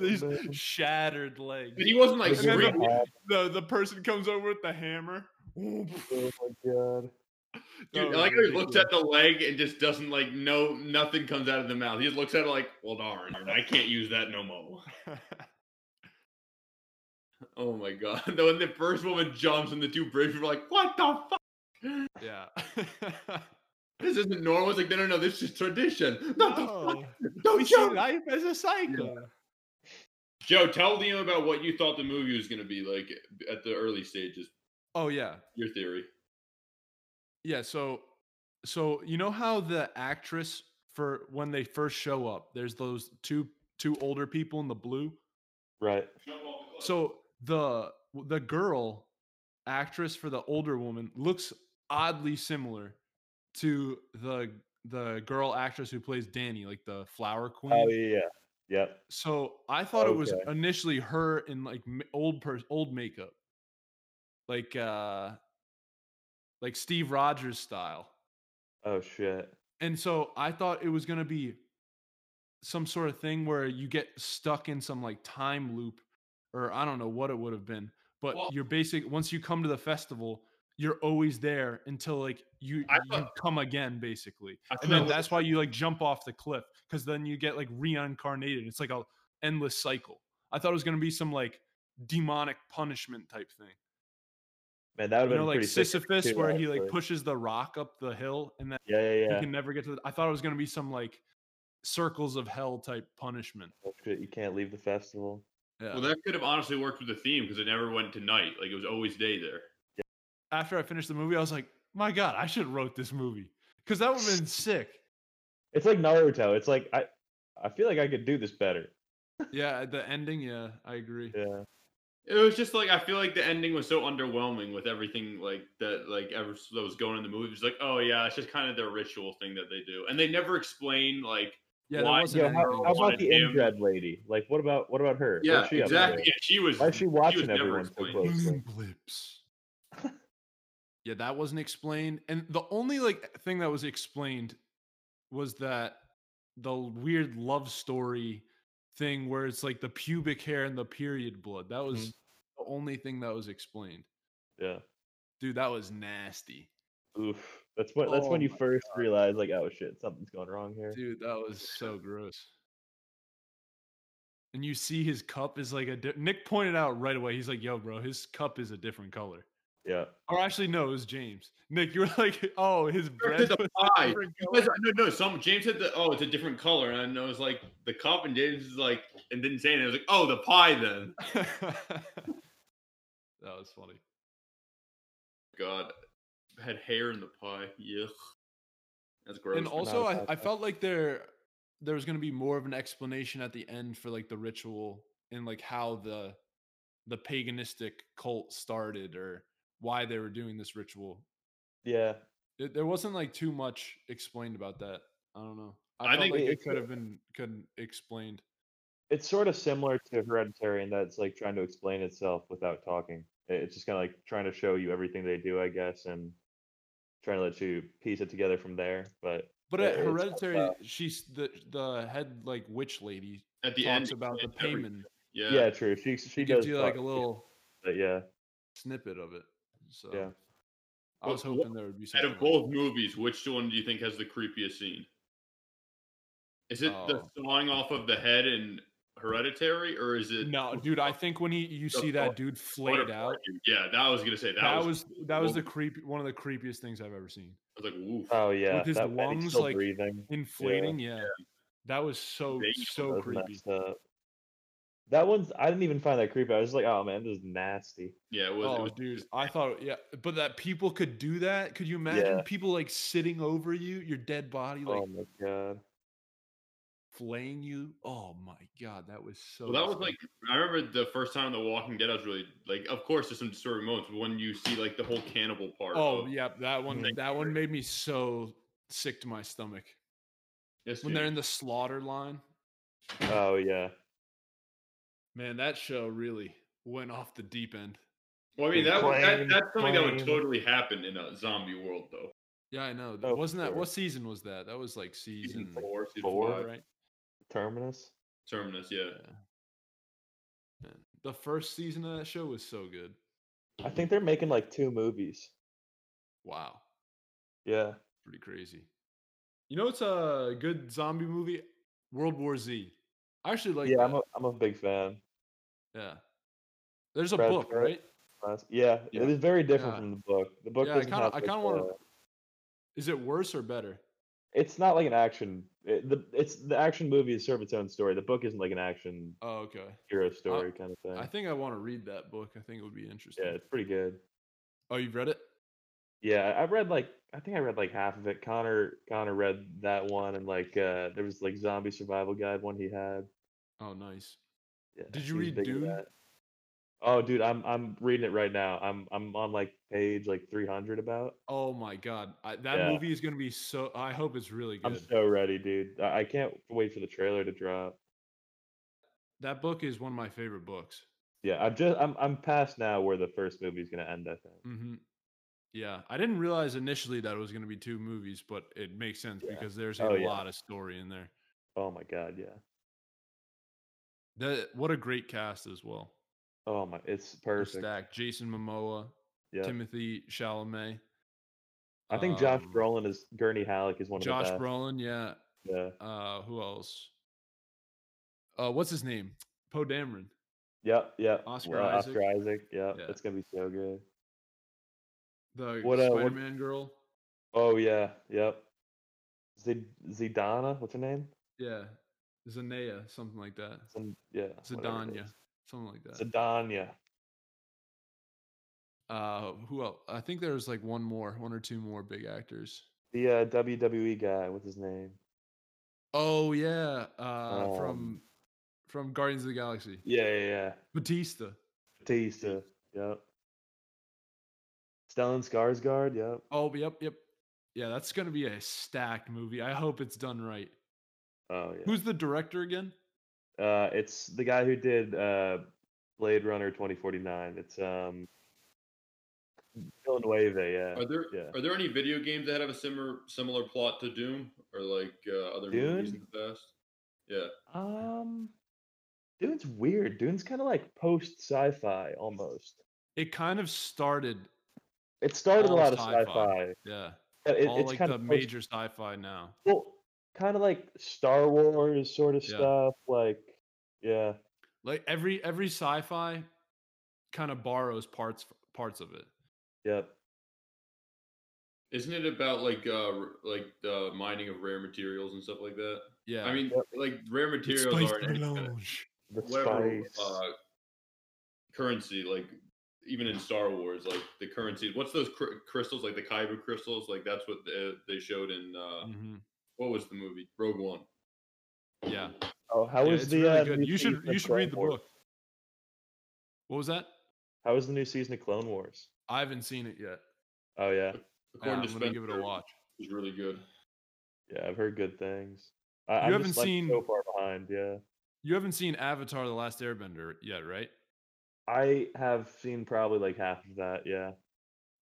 [SPEAKER 1] these
[SPEAKER 2] Oh, man.
[SPEAKER 1] shattered legs.
[SPEAKER 3] But he wasn't like
[SPEAKER 1] This is
[SPEAKER 3] screaming.
[SPEAKER 1] really- the the person comes over with the hammer. Ooh,
[SPEAKER 2] Oh my god.
[SPEAKER 1] that
[SPEAKER 3] Dude,
[SPEAKER 1] was
[SPEAKER 3] I like how he looks
[SPEAKER 1] ridiculous.
[SPEAKER 3] at the leg and just doesn't like no nothing comes out of the mouth. He just looks at it like, well darn, I can't use that no more. Oh my god. Though when the first woman jumps and the two brave people are like, what the fuck?
[SPEAKER 1] yeah.
[SPEAKER 3] This isn't normal. It's like, no no no,
[SPEAKER 1] Oh.
[SPEAKER 3] this is tradition. No, the fuck?
[SPEAKER 1] no.
[SPEAKER 3] Don't
[SPEAKER 1] We see
[SPEAKER 3] jump.
[SPEAKER 1] life as a cycle.
[SPEAKER 3] Joe, tell them about what you thought the movie was going to be like at the early stages.
[SPEAKER 1] Oh yeah,
[SPEAKER 3] Your theory.
[SPEAKER 1] yeah. So, so you know how the actress for when they first show up, there's those two two older people in the blue.
[SPEAKER 2] Right.
[SPEAKER 1] So the the girl actress for the older woman looks oddly similar to the the girl actress who plays Danny, like the flower queen.
[SPEAKER 2] Oh yeah. yeah. Yep.
[SPEAKER 1] So I thought it was
[SPEAKER 2] Okay.
[SPEAKER 1] initially her in like m- old pers- old makeup, like uh, like Steve Rogers style.
[SPEAKER 2] Oh shit.
[SPEAKER 1] And so I thought it was gonna be some sort of thing where you get stuck in some like time loop, or I don't know what it would have been. But
[SPEAKER 3] Well-
[SPEAKER 1] you're basic once you come to the festival, you're always there until like you,
[SPEAKER 3] I
[SPEAKER 1] you
[SPEAKER 3] thought-
[SPEAKER 1] come again, basically.
[SPEAKER 3] I
[SPEAKER 1] And then that's why you like jump off the cliff because then you get like reincarnated. It's like a endless cycle. I thought it was gonna be some like demonic punishment type thing.
[SPEAKER 2] Man, that would
[SPEAKER 1] You
[SPEAKER 2] have
[SPEAKER 1] know,
[SPEAKER 2] been
[SPEAKER 1] like
[SPEAKER 2] pretty sick if
[SPEAKER 1] Sisyphus,
[SPEAKER 2] too,
[SPEAKER 1] where he like
[SPEAKER 2] actually.
[SPEAKER 1] pushes the rock up the hill and then
[SPEAKER 2] Yeah, yeah,
[SPEAKER 1] you
[SPEAKER 2] yeah.
[SPEAKER 1] can never get to the, i thought it was going to be some like circles of hell type punishment
[SPEAKER 2] Oh, shit, you can't leave the festival.
[SPEAKER 1] yeah.
[SPEAKER 3] Well, that could have honestly worked with the theme because it never went to night. Like it was always day there.
[SPEAKER 1] after i finished the movie i was like my god i should have wrote this movie because that would have been sick
[SPEAKER 2] It's like Naruto. It's like I, I feel like I could do this better.
[SPEAKER 1] yeah the ending yeah i agree
[SPEAKER 2] Yeah.
[SPEAKER 3] It was just like I feel like the ending was so underwhelming with everything like that, like ever that was going in the movie. It was like, oh yeah, it's just kind of their ritual thing that they do, and they never explain like
[SPEAKER 1] yeah there
[SPEAKER 3] Why-
[SPEAKER 1] wasn't
[SPEAKER 2] Yo,
[SPEAKER 1] anything.
[SPEAKER 2] how, how about
[SPEAKER 3] wanted
[SPEAKER 2] the
[SPEAKER 3] him-
[SPEAKER 2] inbred lady? Like, what about what about her? What's
[SPEAKER 3] yeah,
[SPEAKER 2] she up to?
[SPEAKER 3] exactly. Yeah, she was.
[SPEAKER 2] Why is she
[SPEAKER 3] was
[SPEAKER 2] watching
[SPEAKER 3] never
[SPEAKER 2] everyone so
[SPEAKER 3] explained.
[SPEAKER 2] closely?
[SPEAKER 1] Moon blips yeah that wasn't explained and the only like thing that was explained was that the weird love story thing where it's like the pubic hair and the period blood that was the only thing that was explained
[SPEAKER 2] Yeah.
[SPEAKER 1] Dude, that was nasty.
[SPEAKER 2] Oof. That's what. That's when
[SPEAKER 1] Oh
[SPEAKER 2] you
[SPEAKER 1] my
[SPEAKER 2] first realize, like, oh shit, something's going wrong here.
[SPEAKER 1] Dude, that was so gross. And you see his cup is like a di- Nick pointed out right away. He's like, "Yo, bro, his cup is a different color."
[SPEAKER 2] Yeah.
[SPEAKER 1] Or actually, no, it was James. Nick, you were like, "Oh, his bread
[SPEAKER 3] did the
[SPEAKER 1] was a
[SPEAKER 3] pie.
[SPEAKER 1] different color."
[SPEAKER 3] Because- No, no. Some James said that. Oh, it's a different color, and I was like the cup, and James is like, and didn't say anything. I was like, oh, the pie. Then
[SPEAKER 1] that was funny.
[SPEAKER 3] God had hair in the pie. Yeah, that's gross.
[SPEAKER 1] and
[SPEAKER 3] man.
[SPEAKER 1] also, I,
[SPEAKER 2] about
[SPEAKER 1] I
[SPEAKER 2] that.
[SPEAKER 1] felt like there there was going to be more of an explanation at the end for like the ritual and like how the the paganistic cult started or why they were doing this ritual
[SPEAKER 2] Yeah.
[SPEAKER 1] There- there wasn't like too much explained about that. I don't know. I,
[SPEAKER 3] I
[SPEAKER 1] felt
[SPEAKER 3] think
[SPEAKER 1] like it
[SPEAKER 2] it's-
[SPEAKER 1] could have been could explained.
[SPEAKER 2] It's sort of similar to Hereditary in that it's like trying to explain itself without talking. I- It's just kind of like trying to show you everything they do, I guess, and trying to let you piece it together from there. But
[SPEAKER 1] But
[SPEAKER 2] Yeah,
[SPEAKER 1] at
[SPEAKER 2] it's not
[SPEAKER 1] Hereditary,
[SPEAKER 2] bad.
[SPEAKER 1] she's the the head like witch lady
[SPEAKER 3] at the end
[SPEAKER 1] talks about the
[SPEAKER 3] explains everything.
[SPEAKER 1] payment.
[SPEAKER 3] Yeah.
[SPEAKER 2] yeah, true. She she
[SPEAKER 1] She
[SPEAKER 2] does
[SPEAKER 1] gives you like a
[SPEAKER 2] talk,
[SPEAKER 1] little
[SPEAKER 2] But yeah,
[SPEAKER 1] snippet of it. So
[SPEAKER 2] Yeah.
[SPEAKER 1] I was
[SPEAKER 3] Well,
[SPEAKER 1] hoping there would be
[SPEAKER 3] Out
[SPEAKER 1] something.
[SPEAKER 3] of both movies, which one do you think has the creepiest scene? Is it the
[SPEAKER 1] Oh.
[SPEAKER 3] sawing off of the head in Hereditary, or is it
[SPEAKER 1] No, dude, I think when he you
[SPEAKER 3] The
[SPEAKER 1] see that
[SPEAKER 3] fuck-
[SPEAKER 1] dude
[SPEAKER 3] Water
[SPEAKER 1] flayed out,
[SPEAKER 3] Park? Yeah, that I was gonna say that,
[SPEAKER 1] that
[SPEAKER 3] was,
[SPEAKER 1] was that was
[SPEAKER 3] cool.
[SPEAKER 1] the creepy one of the creepiest things I've ever seen.
[SPEAKER 3] I was like, woof.
[SPEAKER 2] oh yeah,
[SPEAKER 1] his
[SPEAKER 2] that, and he's
[SPEAKER 1] lungs,
[SPEAKER 2] still
[SPEAKER 1] like,
[SPEAKER 2] breathing.
[SPEAKER 1] Inflating, yeah. That was so
[SPEAKER 3] Damn,
[SPEAKER 1] so
[SPEAKER 2] That was
[SPEAKER 1] creepy.
[SPEAKER 2] messed up. That one's I didn't even find that creepy. I was just like, oh man, this is nasty.
[SPEAKER 3] yeah, it was. it
[SPEAKER 1] Oh,
[SPEAKER 3] was
[SPEAKER 1] dude, I thought, yeah, but that people could do that. Could you imagine
[SPEAKER 2] Yeah.
[SPEAKER 1] people like sitting over you, your dead body, like
[SPEAKER 2] oh my god.
[SPEAKER 1] flaying you? Oh my god, that was so.
[SPEAKER 3] Well, that was like
[SPEAKER 1] disgusting.
[SPEAKER 3] I remember the first time The Walking Dead. I was really like, of course, there's some disturbing moments but when you see like the whole cannibal part.
[SPEAKER 1] oh
[SPEAKER 3] of
[SPEAKER 1] yeah, that one,
[SPEAKER 3] Like,
[SPEAKER 1] that one made me so sick to my stomach
[SPEAKER 3] this
[SPEAKER 1] when
[SPEAKER 3] dude.
[SPEAKER 1] they're in the slaughter line.
[SPEAKER 2] Oh yeah.
[SPEAKER 1] Man, that show really went off the deep end.
[SPEAKER 3] Well, I mean,
[SPEAKER 2] Dude,
[SPEAKER 3] that, would- that
[SPEAKER 2] plane,
[SPEAKER 3] that's something that would
[SPEAKER 2] plane.
[SPEAKER 3] totally happen in a zombie world, though.
[SPEAKER 1] Yeah, I know.
[SPEAKER 2] Oh,
[SPEAKER 1] Wasn't that
[SPEAKER 2] sure.
[SPEAKER 1] what season was that? That was like
[SPEAKER 3] Season
[SPEAKER 1] season
[SPEAKER 3] four, season
[SPEAKER 2] four,
[SPEAKER 3] five,
[SPEAKER 1] right?
[SPEAKER 2] Terminus.
[SPEAKER 3] Terminus, yeah.
[SPEAKER 1] Man, The first season of that show was so good.
[SPEAKER 2] I think they're making like two movies.
[SPEAKER 1] Wow.
[SPEAKER 2] Yeah.
[SPEAKER 1] pretty crazy. You know, it's a good zombie movie, World War Z. I actually like.
[SPEAKER 2] yeah,
[SPEAKER 1] that.
[SPEAKER 2] I'm a I'm a big fan.
[SPEAKER 1] yeah. There's a
[SPEAKER 2] Brad
[SPEAKER 1] book,
[SPEAKER 2] Pitt.
[SPEAKER 1] right?
[SPEAKER 2] That's- Yeah,
[SPEAKER 1] Yeah.
[SPEAKER 2] it is very different
[SPEAKER 1] Yeah.
[SPEAKER 2] from the book. The book
[SPEAKER 1] Yeah, I
[SPEAKER 2] doesn't
[SPEAKER 1] kinda-
[SPEAKER 2] have
[SPEAKER 1] I
[SPEAKER 2] like,
[SPEAKER 1] kinda wanna-
[SPEAKER 2] the-
[SPEAKER 1] Is it worse or better?
[SPEAKER 2] it's not like an action. It, the it's the action movie is serve its own story. The book isn't like an action
[SPEAKER 1] Oh, okay.
[SPEAKER 2] hero story kind of thing.
[SPEAKER 1] I think I want to read that book. I think it would be interesting.
[SPEAKER 2] yeah, it's pretty good.
[SPEAKER 1] Oh, you've read it?
[SPEAKER 2] Yeah, I read like I think I read like half of it. Connor Connor read that one and like uh there was like zombie survival guide one he had.
[SPEAKER 1] Oh, nice.
[SPEAKER 2] Yeah,
[SPEAKER 1] Did you
[SPEAKER 2] he was
[SPEAKER 1] read
[SPEAKER 2] big into
[SPEAKER 1] Dune?
[SPEAKER 2] that. Oh, dude, I'm I'm reading it right now. I'm I'm on like page like 300 about.
[SPEAKER 1] Oh my god, I, that
[SPEAKER 2] Yeah.
[SPEAKER 1] movie is gonna be so. I hope it's really
[SPEAKER 2] I'm
[SPEAKER 1] good.
[SPEAKER 2] so ready, dude. I, I can't wait for the trailer to drop.
[SPEAKER 1] that book is one of my favorite books.
[SPEAKER 2] Yeah, I'm just I'm I'm past now where the first movie is gonna end. I think.
[SPEAKER 1] hmm Yeah, I didn't realize initially that it was gonna be two movies, but it makes sense
[SPEAKER 2] Yeah.
[SPEAKER 1] because there's a
[SPEAKER 2] Oh, yeah.
[SPEAKER 1] lot of story in there.
[SPEAKER 2] Oh my god, yeah.
[SPEAKER 1] That what a great cast as well.
[SPEAKER 2] Oh my, it's
[SPEAKER 1] They're
[SPEAKER 2] perfect.
[SPEAKER 1] Stacked. Jason Momoa,
[SPEAKER 2] Yeah,
[SPEAKER 1] Timothy Chalamet,
[SPEAKER 2] I think Josh
[SPEAKER 1] um,
[SPEAKER 2] Brolin is Gurney Halleck is one of
[SPEAKER 1] Josh
[SPEAKER 2] the best.
[SPEAKER 1] Brolin. Yeah.
[SPEAKER 2] yeah.
[SPEAKER 1] Uh, who else? Uh, what's his name? Poe Dameron.
[SPEAKER 2] Yep, yep.
[SPEAKER 1] Oscar
[SPEAKER 2] well,
[SPEAKER 1] Isaac.
[SPEAKER 2] Oscar Isaac. Yep,
[SPEAKER 1] Yeah.
[SPEAKER 2] it's gonna be so good.
[SPEAKER 1] The
[SPEAKER 2] What, uh, what-
[SPEAKER 1] Spider-Man girl.
[SPEAKER 2] Oh yeah, yep. Zid Zidana, what's her name?
[SPEAKER 1] Yeah, Zanea, something like that.
[SPEAKER 2] Zin- yeah. whatever it
[SPEAKER 1] Zidania,
[SPEAKER 2] is.
[SPEAKER 1] something like that.
[SPEAKER 2] Zidania.
[SPEAKER 1] Uh, who else? I think there was like one more, one or two more big actors.
[SPEAKER 2] The uh, WWE guy. What's his name?
[SPEAKER 1] Oh yeah, uh,
[SPEAKER 2] Um,
[SPEAKER 1] from from Guardians of the Galaxy,
[SPEAKER 2] Yeah, yeah, yeah.
[SPEAKER 1] Batista.
[SPEAKER 2] Batista. Yep. Stellan Skarsgård. Yep.
[SPEAKER 1] Oh yep, yep. Yeah, that's gonna be a stacked movie. I hope it's done right.
[SPEAKER 2] Oh yeah.
[SPEAKER 1] Who's the director again?
[SPEAKER 2] Uh, it's the guy who did uh, Blade Runner 2049. It's um, Villanueva. Yeah.
[SPEAKER 3] Are there
[SPEAKER 2] yeah.
[SPEAKER 3] are there any video games that have a similar similar plot to Doom or like uh, other movies in
[SPEAKER 2] Dune?
[SPEAKER 3] the past? Yeah,
[SPEAKER 2] Um, Dune's weird. Dune's kind of like post sci-fi almost.
[SPEAKER 1] It kind of started.
[SPEAKER 2] It started
[SPEAKER 1] All
[SPEAKER 2] a lot of
[SPEAKER 1] sci-fi.
[SPEAKER 2] sci-fi.
[SPEAKER 1] Yeah,
[SPEAKER 2] but it-
[SPEAKER 1] all
[SPEAKER 2] it's
[SPEAKER 1] like
[SPEAKER 2] kind
[SPEAKER 1] the
[SPEAKER 2] of
[SPEAKER 1] major sci-fi now.
[SPEAKER 2] well, kind of like Star Wars sort of
[SPEAKER 1] Yeah.
[SPEAKER 2] stuff. Like, yeah,
[SPEAKER 1] Like every every sci-fi kind of borrows parts parts of it.
[SPEAKER 2] yep.
[SPEAKER 3] isn't it about like uh r- like the mining of rare materials and stuff like that?
[SPEAKER 1] Yeah,
[SPEAKER 3] I mean,
[SPEAKER 2] Yep.
[SPEAKER 3] like rare materials are in any kind of-
[SPEAKER 2] The
[SPEAKER 3] whatever
[SPEAKER 2] spice.
[SPEAKER 3] uh, currency, like even in Star Wars, like the currency. What's those cr- crystals? Like the Kyber crystals? Like that's what the, they showed in uh,
[SPEAKER 1] Mhm.
[SPEAKER 3] what was the movie Rogue One?
[SPEAKER 1] yeah.
[SPEAKER 2] oh, how
[SPEAKER 1] Yeah,
[SPEAKER 2] was
[SPEAKER 1] it's
[SPEAKER 2] the?
[SPEAKER 1] really
[SPEAKER 2] uh,
[SPEAKER 1] good.
[SPEAKER 2] new
[SPEAKER 1] You should
[SPEAKER 2] season of
[SPEAKER 1] you should
[SPEAKER 2] Clone
[SPEAKER 1] read the
[SPEAKER 2] Wars?
[SPEAKER 1] book. What was that?
[SPEAKER 2] How was the new season of Clone Wars?
[SPEAKER 1] I haven't seen it yet.
[SPEAKER 2] Oh yeah,
[SPEAKER 1] Yeah,
[SPEAKER 3] According
[SPEAKER 1] I'm
[SPEAKER 3] to
[SPEAKER 1] gonna give it a
[SPEAKER 3] Spencer,
[SPEAKER 1] watch.
[SPEAKER 3] it was really good.
[SPEAKER 2] yeah. I've heard good things. I,
[SPEAKER 1] You
[SPEAKER 2] I'm
[SPEAKER 1] haven't
[SPEAKER 2] just, like,
[SPEAKER 1] seen-
[SPEAKER 2] so far behind. Yeah,
[SPEAKER 1] You haven't seen Avatar: The Last Airbender yet, right?
[SPEAKER 2] I have seen probably like half of that. Yeah,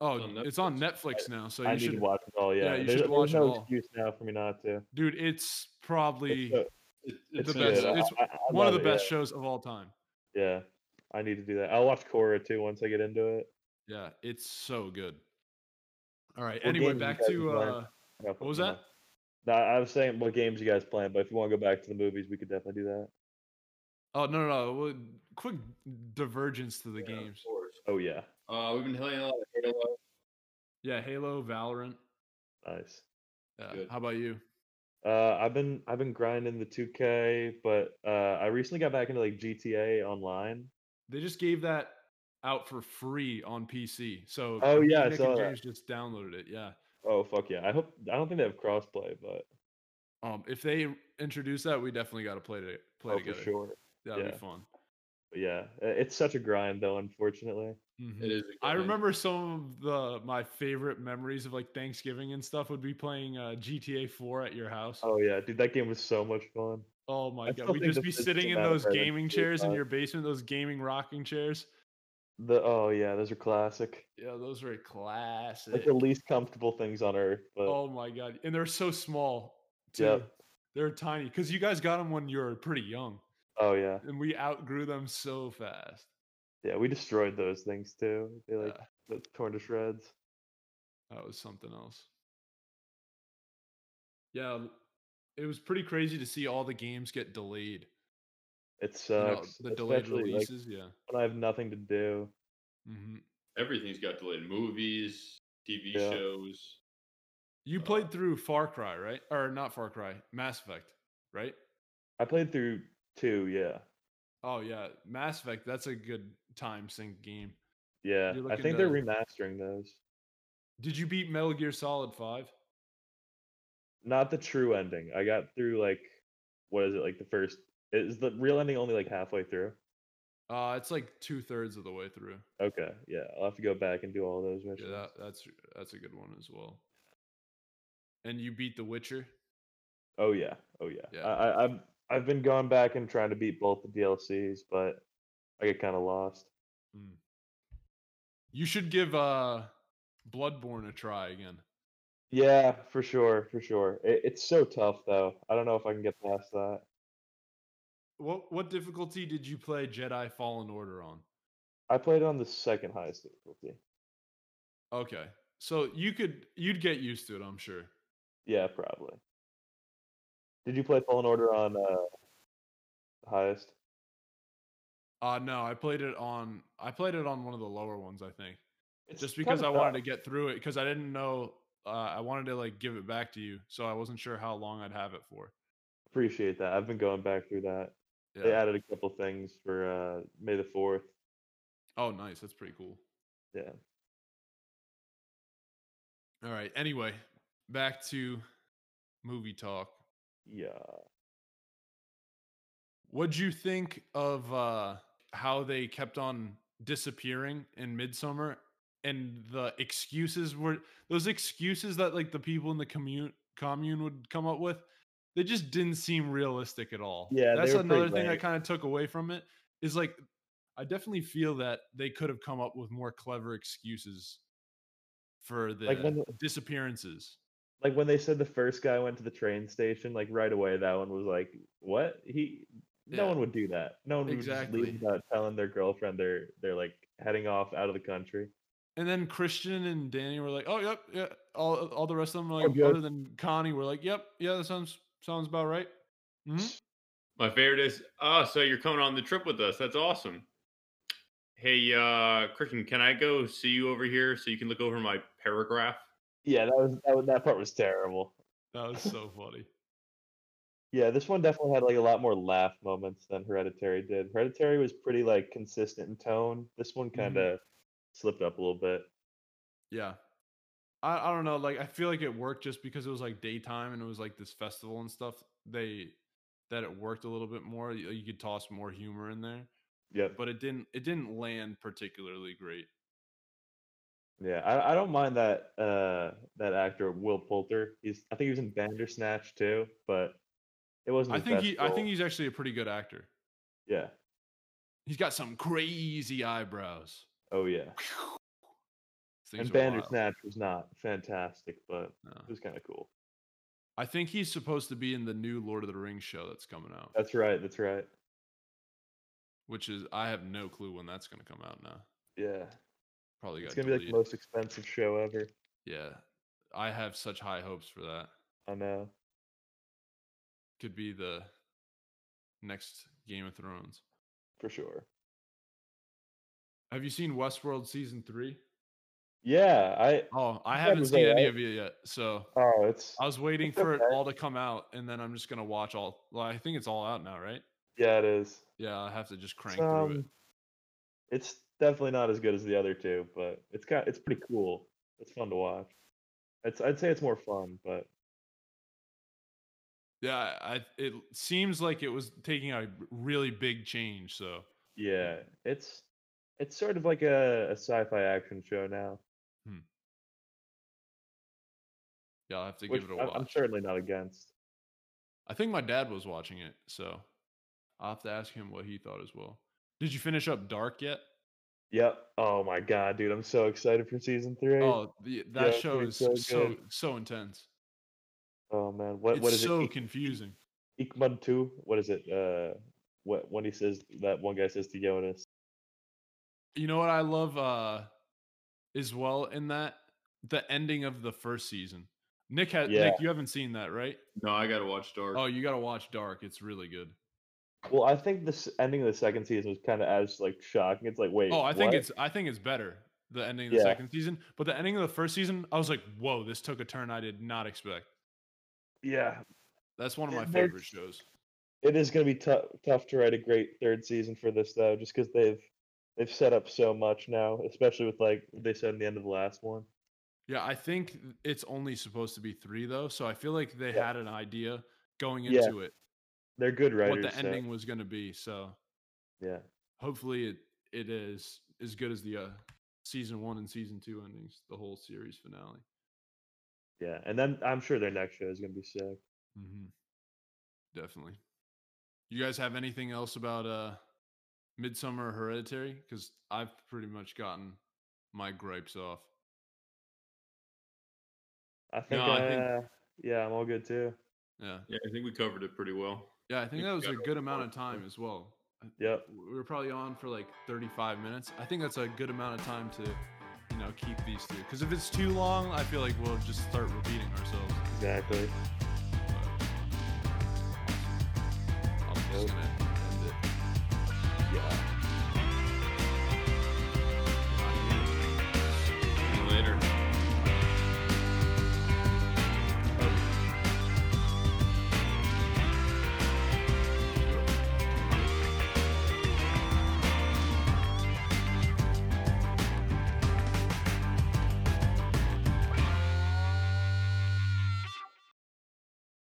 [SPEAKER 1] Oh,
[SPEAKER 3] on
[SPEAKER 1] it's on
[SPEAKER 2] Netflix.
[SPEAKER 1] Netflix now, so you
[SPEAKER 2] I need to
[SPEAKER 1] should
[SPEAKER 2] watch it all. Yeah,
[SPEAKER 1] you should
[SPEAKER 2] there's, there's
[SPEAKER 1] watch it
[SPEAKER 2] no
[SPEAKER 1] all.
[SPEAKER 2] excuse now for me not to.
[SPEAKER 1] dude. It's
[SPEAKER 2] It's,
[SPEAKER 1] probably
[SPEAKER 2] so-
[SPEAKER 3] It,
[SPEAKER 1] It's
[SPEAKER 3] it's
[SPEAKER 1] the
[SPEAKER 3] good.
[SPEAKER 1] best.
[SPEAKER 2] I-
[SPEAKER 1] it's
[SPEAKER 2] I- I
[SPEAKER 1] one of the
[SPEAKER 2] love it,
[SPEAKER 1] best shows of all time.
[SPEAKER 2] Yeah. yeah, I need to do that. I'll watch Korra too once I get into it.
[SPEAKER 1] Yeah, it's so good. All right.
[SPEAKER 2] What
[SPEAKER 1] anyway,
[SPEAKER 2] game you
[SPEAKER 1] back
[SPEAKER 2] guys
[SPEAKER 1] to
[SPEAKER 2] been playing?
[SPEAKER 1] uh,
[SPEAKER 2] What
[SPEAKER 1] was that?
[SPEAKER 2] No, I was saying what games you guys playing, but if you want to go back to the movies, we could definitely do that.
[SPEAKER 1] oh no no no. Well, quick divergence to the
[SPEAKER 3] Yeah, of
[SPEAKER 1] games.
[SPEAKER 3] course.
[SPEAKER 2] Oh yeah,
[SPEAKER 3] Uh, we've been playing a lot of Halo.
[SPEAKER 1] Yeah, Halo, Valorant.
[SPEAKER 2] nice.
[SPEAKER 1] Yeah.
[SPEAKER 3] Good.
[SPEAKER 1] How about you?
[SPEAKER 2] Uh, I've been I've been grinding the 2K, but uh, I recently got back into like GTA Online.
[SPEAKER 1] They just gave that out for free on PC. So
[SPEAKER 2] Oh, yeah, I
[SPEAKER 1] Nick
[SPEAKER 2] saw
[SPEAKER 1] and
[SPEAKER 2] that.
[SPEAKER 1] James just downloaded it. Yeah.
[SPEAKER 2] Oh fuck yeah! I hope I don't think they have crossplay, but
[SPEAKER 1] Um, if they introduce that, we definitely got to play it. Play
[SPEAKER 2] oh, for
[SPEAKER 1] together.
[SPEAKER 2] sure.
[SPEAKER 1] That'd
[SPEAKER 2] yeah.
[SPEAKER 1] be fun.
[SPEAKER 2] But yeah, i- it's such a grind though, unfortunately.
[SPEAKER 1] Mhm.
[SPEAKER 3] It is. a good
[SPEAKER 1] I
[SPEAKER 3] game.
[SPEAKER 1] remember some of the my favorite memories of like Thanksgiving and stuff would be playing uh, GTA 4 at your house.
[SPEAKER 2] Oh yeah, dude, that game was so much fun.
[SPEAKER 1] Oh my
[SPEAKER 2] I
[SPEAKER 1] god,
[SPEAKER 2] still
[SPEAKER 1] we'd
[SPEAKER 2] think
[SPEAKER 1] just
[SPEAKER 2] the
[SPEAKER 1] be
[SPEAKER 2] physics
[SPEAKER 1] sitting
[SPEAKER 2] of
[SPEAKER 1] in
[SPEAKER 2] that
[SPEAKER 1] those
[SPEAKER 2] are better than
[SPEAKER 1] gaming chairs in
[SPEAKER 2] PS5.
[SPEAKER 1] your basement, those gaming rocking chairs.
[SPEAKER 2] The oh yeah, those are classic,
[SPEAKER 1] Yeah, those were classic.
[SPEAKER 2] like the least comfortable things on earth. But
[SPEAKER 1] Oh my god, and they're so small too.
[SPEAKER 2] Yep.
[SPEAKER 1] They're tiny because you guys got them when you were pretty young,
[SPEAKER 2] oh yeah,
[SPEAKER 1] and we outgrew them so fast.
[SPEAKER 2] yeah, we destroyed those things too. They like
[SPEAKER 1] Yeah.
[SPEAKER 2] got torn to shreds.
[SPEAKER 1] That was something else. Yeah, it was pretty crazy to see all the games get delayed.
[SPEAKER 2] It
[SPEAKER 1] you know,
[SPEAKER 2] sucks,
[SPEAKER 1] the delayed
[SPEAKER 2] uh, especially like
[SPEAKER 1] releases, yeah.
[SPEAKER 2] when I have nothing to do.
[SPEAKER 1] hmm
[SPEAKER 3] everything's got delayed. Movies, TV
[SPEAKER 2] Yeah.
[SPEAKER 3] shows.
[SPEAKER 1] You played through Far Cry, right? Or not Far Cry, Mass Effect, right?
[SPEAKER 2] I played through two, yeah.
[SPEAKER 1] Oh yeah, Mass Effect. That's a good time sync game.
[SPEAKER 2] Yeah.
[SPEAKER 1] You're
[SPEAKER 2] I
[SPEAKER 1] looking
[SPEAKER 2] think they're
[SPEAKER 1] to-
[SPEAKER 2] remastering those.
[SPEAKER 1] Did you beat Metal Gear Solid Five?
[SPEAKER 2] Not the true ending. I got through like what is it, like the first is the real ending only like halfway through?
[SPEAKER 1] Uh, it's like two thirds of the way through.
[SPEAKER 2] Okay, yeah. I'll have to go back and do all those missions.
[SPEAKER 1] Yeah, that, that's that's a good one as well. And you beat The Witcher.
[SPEAKER 2] Oh yeah, oh yeah.
[SPEAKER 1] Yeah.
[SPEAKER 2] I, I, I'm I've been going back and trying to beat both the DLCs, but I get kind of lost.
[SPEAKER 1] Mm. You should give uh, Bloodborne a try again.
[SPEAKER 2] Yeah, for sure, for sure. It, it's so tough though. I don't know if I can get past that.
[SPEAKER 1] What what difficulty did you play Jedi Fallen Order on?
[SPEAKER 2] I played it on the second highest difficulty.
[SPEAKER 1] Okay, so you could you'd get used to it, I'm sure.
[SPEAKER 2] Yeah, probably. Did you play Fallen Order on uh, highest?
[SPEAKER 1] Uh no, I played it on I played it on one of the lower ones, I think.
[SPEAKER 2] It's
[SPEAKER 1] Just because I
[SPEAKER 2] kinda
[SPEAKER 1] wanted
[SPEAKER 2] tough.
[SPEAKER 1] to get through it because I didn't know uh, I wanted to like give it back to you, so I wasn't sure how long I'd have it for.
[SPEAKER 2] appreciate that. I've been going back through that. They added a couple things for uh, May the Fourth.
[SPEAKER 1] Oh, nice. That's pretty cool.
[SPEAKER 2] Yeah.
[SPEAKER 1] All right. Anyway, back to movie talk.
[SPEAKER 2] Yeah.
[SPEAKER 1] What'd you think of uh how they kept on disappearing in Midsummer and the excuses were those excuses that like the people in the commune commune would come up with? They just didn't seem realistic at all.
[SPEAKER 2] Yeah, they
[SPEAKER 1] that's
[SPEAKER 2] were pretty
[SPEAKER 1] another thing I
[SPEAKER 2] vague.
[SPEAKER 1] kind of took away from it is like I definitely feel that they could have come up with more clever excuses for the
[SPEAKER 2] when the-
[SPEAKER 1] disappearances.
[SPEAKER 2] Like when they said the first guy went to the train station, like right away, that one was like, "What? He? No
[SPEAKER 1] Yeah.
[SPEAKER 2] one would do that. No one would just
[SPEAKER 1] Exactly.
[SPEAKER 2] leave without telling their girlfriend they're they're like heading off out of the country."
[SPEAKER 1] And then Christian and Danny were like, "Oh, yep, yeah." All, all the rest of them, were like,
[SPEAKER 2] Oh, good.
[SPEAKER 1] other than Connie, were like, "Yep, yeah, that sounds sounds about right." hmm
[SPEAKER 3] My favorite is, oh, so you're coming on the trip with us. That's awesome. Hey, uh, Christian, can I go see you over here so you can look over my paragraph?
[SPEAKER 2] Yeah, that was that, was, that part was terrible.
[SPEAKER 1] That was so funny.
[SPEAKER 2] Yeah, this one definitely had like a lot more laugh moments than Hereditary did. Hereditary was pretty like consistent in tone. This one kind of
[SPEAKER 1] Mm-hmm.
[SPEAKER 2] slipped up a little bit.
[SPEAKER 1] Yeah, I, I don't know. Like, I feel like it worked just because it was like daytime and it was like this festival and stuff. They that it worked a little bit more. You, you could toss more humor in there,
[SPEAKER 2] Yep.
[SPEAKER 1] but it didn't. It didn't land particularly great.
[SPEAKER 2] Yeah, I, I don't mind that uh that actor Will Poulter. He's I think he was in Bandersnatch too, but it wasn't.
[SPEAKER 1] I
[SPEAKER 2] his
[SPEAKER 1] think
[SPEAKER 2] best
[SPEAKER 1] he. I
[SPEAKER 2] role.
[SPEAKER 1] think he's actually a pretty good actor.
[SPEAKER 2] Yeah.
[SPEAKER 1] He's got some crazy eyebrows.
[SPEAKER 2] Oh yeah.
[SPEAKER 1] These things
[SPEAKER 2] and
[SPEAKER 1] are wild.
[SPEAKER 2] Bandersnatch was not fantastic, but
[SPEAKER 1] No.
[SPEAKER 2] it was kind of cool.
[SPEAKER 1] I think he's supposed to be in the new Lord of the Rings show that's coming out,
[SPEAKER 2] That's right. That's right.
[SPEAKER 1] which is I have no clue when that's going to come out now.
[SPEAKER 2] Yeah.
[SPEAKER 1] Probably
[SPEAKER 2] it's
[SPEAKER 1] got
[SPEAKER 2] gonna be like
[SPEAKER 1] deleted.
[SPEAKER 2] the most expensive show ever.
[SPEAKER 1] yeah, I have such high hopes for that.
[SPEAKER 2] I know.
[SPEAKER 1] Could be the next Game of Thrones.
[SPEAKER 2] For sure.
[SPEAKER 1] Have you seen Westworld season three?
[SPEAKER 2] Yeah. I.
[SPEAKER 1] Oh, I
[SPEAKER 2] Yeah, it
[SPEAKER 1] haven't
[SPEAKER 2] was
[SPEAKER 1] seen any
[SPEAKER 2] alright.
[SPEAKER 1] of it yet, so
[SPEAKER 2] Oh, it's.
[SPEAKER 1] I was waiting
[SPEAKER 2] It's
[SPEAKER 1] for it
[SPEAKER 2] okay.
[SPEAKER 1] all to come out, and then I'm just gonna watch all. Well, I think it's all out now, right?
[SPEAKER 2] Yeah, it is.
[SPEAKER 1] Yeah, I have to just crank through it.
[SPEAKER 2] Um, It's definitely not as good as the other two, but it's got it's pretty cool. It's fun to watch. It's I'd say it's more fun, but
[SPEAKER 1] Yeah, I, I- it seems like it was taking a really big change. So
[SPEAKER 2] yeah, it's it's sort of like a, a sci-fi action show now,
[SPEAKER 1] yeah, I'll have to
[SPEAKER 2] which
[SPEAKER 1] give it a
[SPEAKER 2] I'm,
[SPEAKER 1] watch.
[SPEAKER 2] I'm certainly not against.
[SPEAKER 1] I think my dad was watching it, so I'll have to ask him what he thought as well. Did you finish up Dark yet?
[SPEAKER 2] Yep. Oh my god, dude, I'm so excited for season three. Oh,
[SPEAKER 1] Oh, the, that
[SPEAKER 2] Yeah,
[SPEAKER 1] show
[SPEAKER 2] dude,
[SPEAKER 1] is so
[SPEAKER 2] so
[SPEAKER 1] so,
[SPEAKER 2] good.
[SPEAKER 1] intense.
[SPEAKER 2] Oh, man, what what
[SPEAKER 1] it's
[SPEAKER 2] is
[SPEAKER 1] so
[SPEAKER 2] it? Ik-
[SPEAKER 1] confusing.
[SPEAKER 2] Ikman two? What is it? Uh, what when he says that one guy says to Jonas?
[SPEAKER 1] You know what I love uh as well in that the ending of the first season. Nick had Nick,
[SPEAKER 2] Yeah.
[SPEAKER 1] you haven't seen that, right?
[SPEAKER 3] No, I gotta watch Dark.
[SPEAKER 1] Oh, you got to watch Dark. It's really good.
[SPEAKER 2] Well, I think this ending of the second season was kind of as like shocking. It's like wait.
[SPEAKER 1] Oh, I think
[SPEAKER 2] what?
[SPEAKER 1] it's I think it's better the ending of the
[SPEAKER 2] Yeah.
[SPEAKER 1] second season. But the ending of the first season, I was like, whoa, this took a turn I did not expect.
[SPEAKER 2] Yeah,
[SPEAKER 1] That's one of my
[SPEAKER 2] And there's-
[SPEAKER 1] favorite shows.
[SPEAKER 2] it is going to be tough tough to write a great third season for this though, just because they've they've set up so much now, especially with like what they said in the end of the last one.
[SPEAKER 1] Yeah, I think it's only supposed to be three though, so I feel like they
[SPEAKER 2] Yeah.
[SPEAKER 1] had an idea going
[SPEAKER 2] Yeah,
[SPEAKER 1] into it
[SPEAKER 2] They're good writers.
[SPEAKER 1] what the
[SPEAKER 2] so-
[SPEAKER 1] ending was going to be. So
[SPEAKER 2] yeah,
[SPEAKER 1] hopefully it it is as good as the uh, season one and season two endings, the whole series finale.
[SPEAKER 2] yeah, and then I'm sure their next show is going to be sick.
[SPEAKER 1] Mm-hmm. Definitely. You guys have anything else about uh, Midsummer or Hereditary? Because I've pretty much gotten my gripes off.
[SPEAKER 2] I think.
[SPEAKER 1] No, I think-
[SPEAKER 2] uh, Yeah, I'm all good too.
[SPEAKER 1] Yeah,
[SPEAKER 3] Yeah, I think we covered it pretty well.
[SPEAKER 1] yeah. I think
[SPEAKER 3] We
[SPEAKER 1] that was a
[SPEAKER 3] covered
[SPEAKER 1] good
[SPEAKER 3] a
[SPEAKER 1] amount
[SPEAKER 3] lot
[SPEAKER 1] of
[SPEAKER 3] of
[SPEAKER 1] time as well. I-
[SPEAKER 2] Yep.
[SPEAKER 1] We were probably on for like 35 minutes. I think that's a good amount of time to, you know, keep these two. Because if it's too long, I feel like we'll just start repeating ourselves.
[SPEAKER 2] Exactly.
[SPEAKER 1] but- I'm just
[SPEAKER 2] Yep.
[SPEAKER 1] gonna